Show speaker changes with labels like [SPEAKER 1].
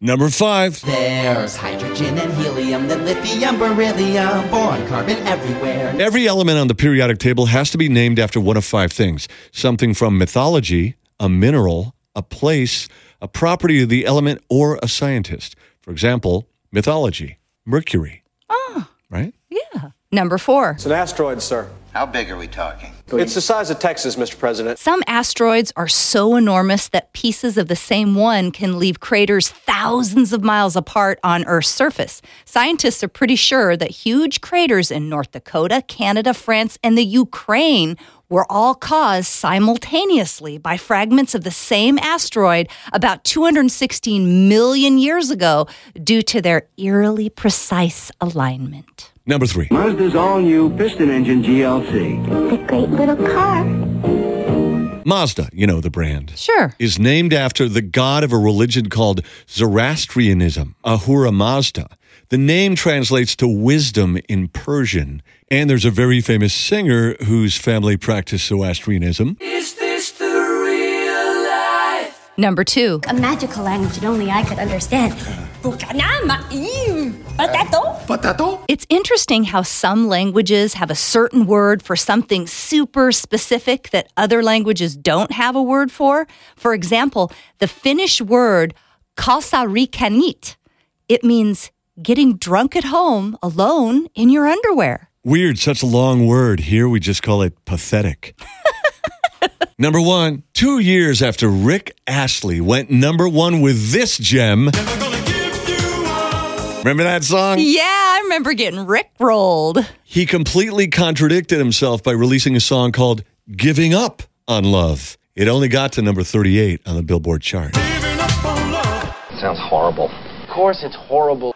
[SPEAKER 1] Number five.
[SPEAKER 2] There's hydrogen and helium, then lithium, beryllium, boron, carbon everywhere.
[SPEAKER 1] Every element on the periodic table has to be named after one of five things something from mythology, a mineral, a place, a property of the element, or a scientist. For example, mythology, Mercury. Ah. Right?
[SPEAKER 3] Yeah. Number four.
[SPEAKER 4] It's an asteroid, sir.
[SPEAKER 5] How big are we talking?
[SPEAKER 4] It's the size of Texas, Mr. President.
[SPEAKER 3] Some asteroids are so enormous that pieces of the same one can leave craters thousands of miles apart on Earth's surface. Scientists are pretty sure that huge craters in North Dakota, Canada, France, and the Ukraine were all caused simultaneously by fragments of the same asteroid about 216 million years ago due to their eerily precise alignment.
[SPEAKER 1] Number three.
[SPEAKER 6] Mazda's all new piston engine GLC.
[SPEAKER 7] The great little car.
[SPEAKER 1] Mazda, you know the brand.
[SPEAKER 3] Sure.
[SPEAKER 1] is named after the god of a religion called Zoroastrianism, Ahura Mazda. The name translates to wisdom in Persian, and there's a very famous singer whose family practiced Zoroastrianism.
[SPEAKER 3] Number two.
[SPEAKER 7] A magical language that only I could understand.
[SPEAKER 3] It's interesting how some languages have a certain word for something super specific that other languages don't have a word for. For example, the Finnish word kalsarikanit. It means getting drunk at home alone in your underwear.
[SPEAKER 1] Weird, such a long word. Here we just call it pathetic. number one, two years after Rick Astley went number one with this gem. Remember that song?
[SPEAKER 3] Yeah, I remember getting rickrolled.
[SPEAKER 1] He completely contradicted himself by releasing a song called Giving Up on Love. It only got to number 38 on the Billboard chart.
[SPEAKER 8] Sounds horrible. Of course, it's horrible.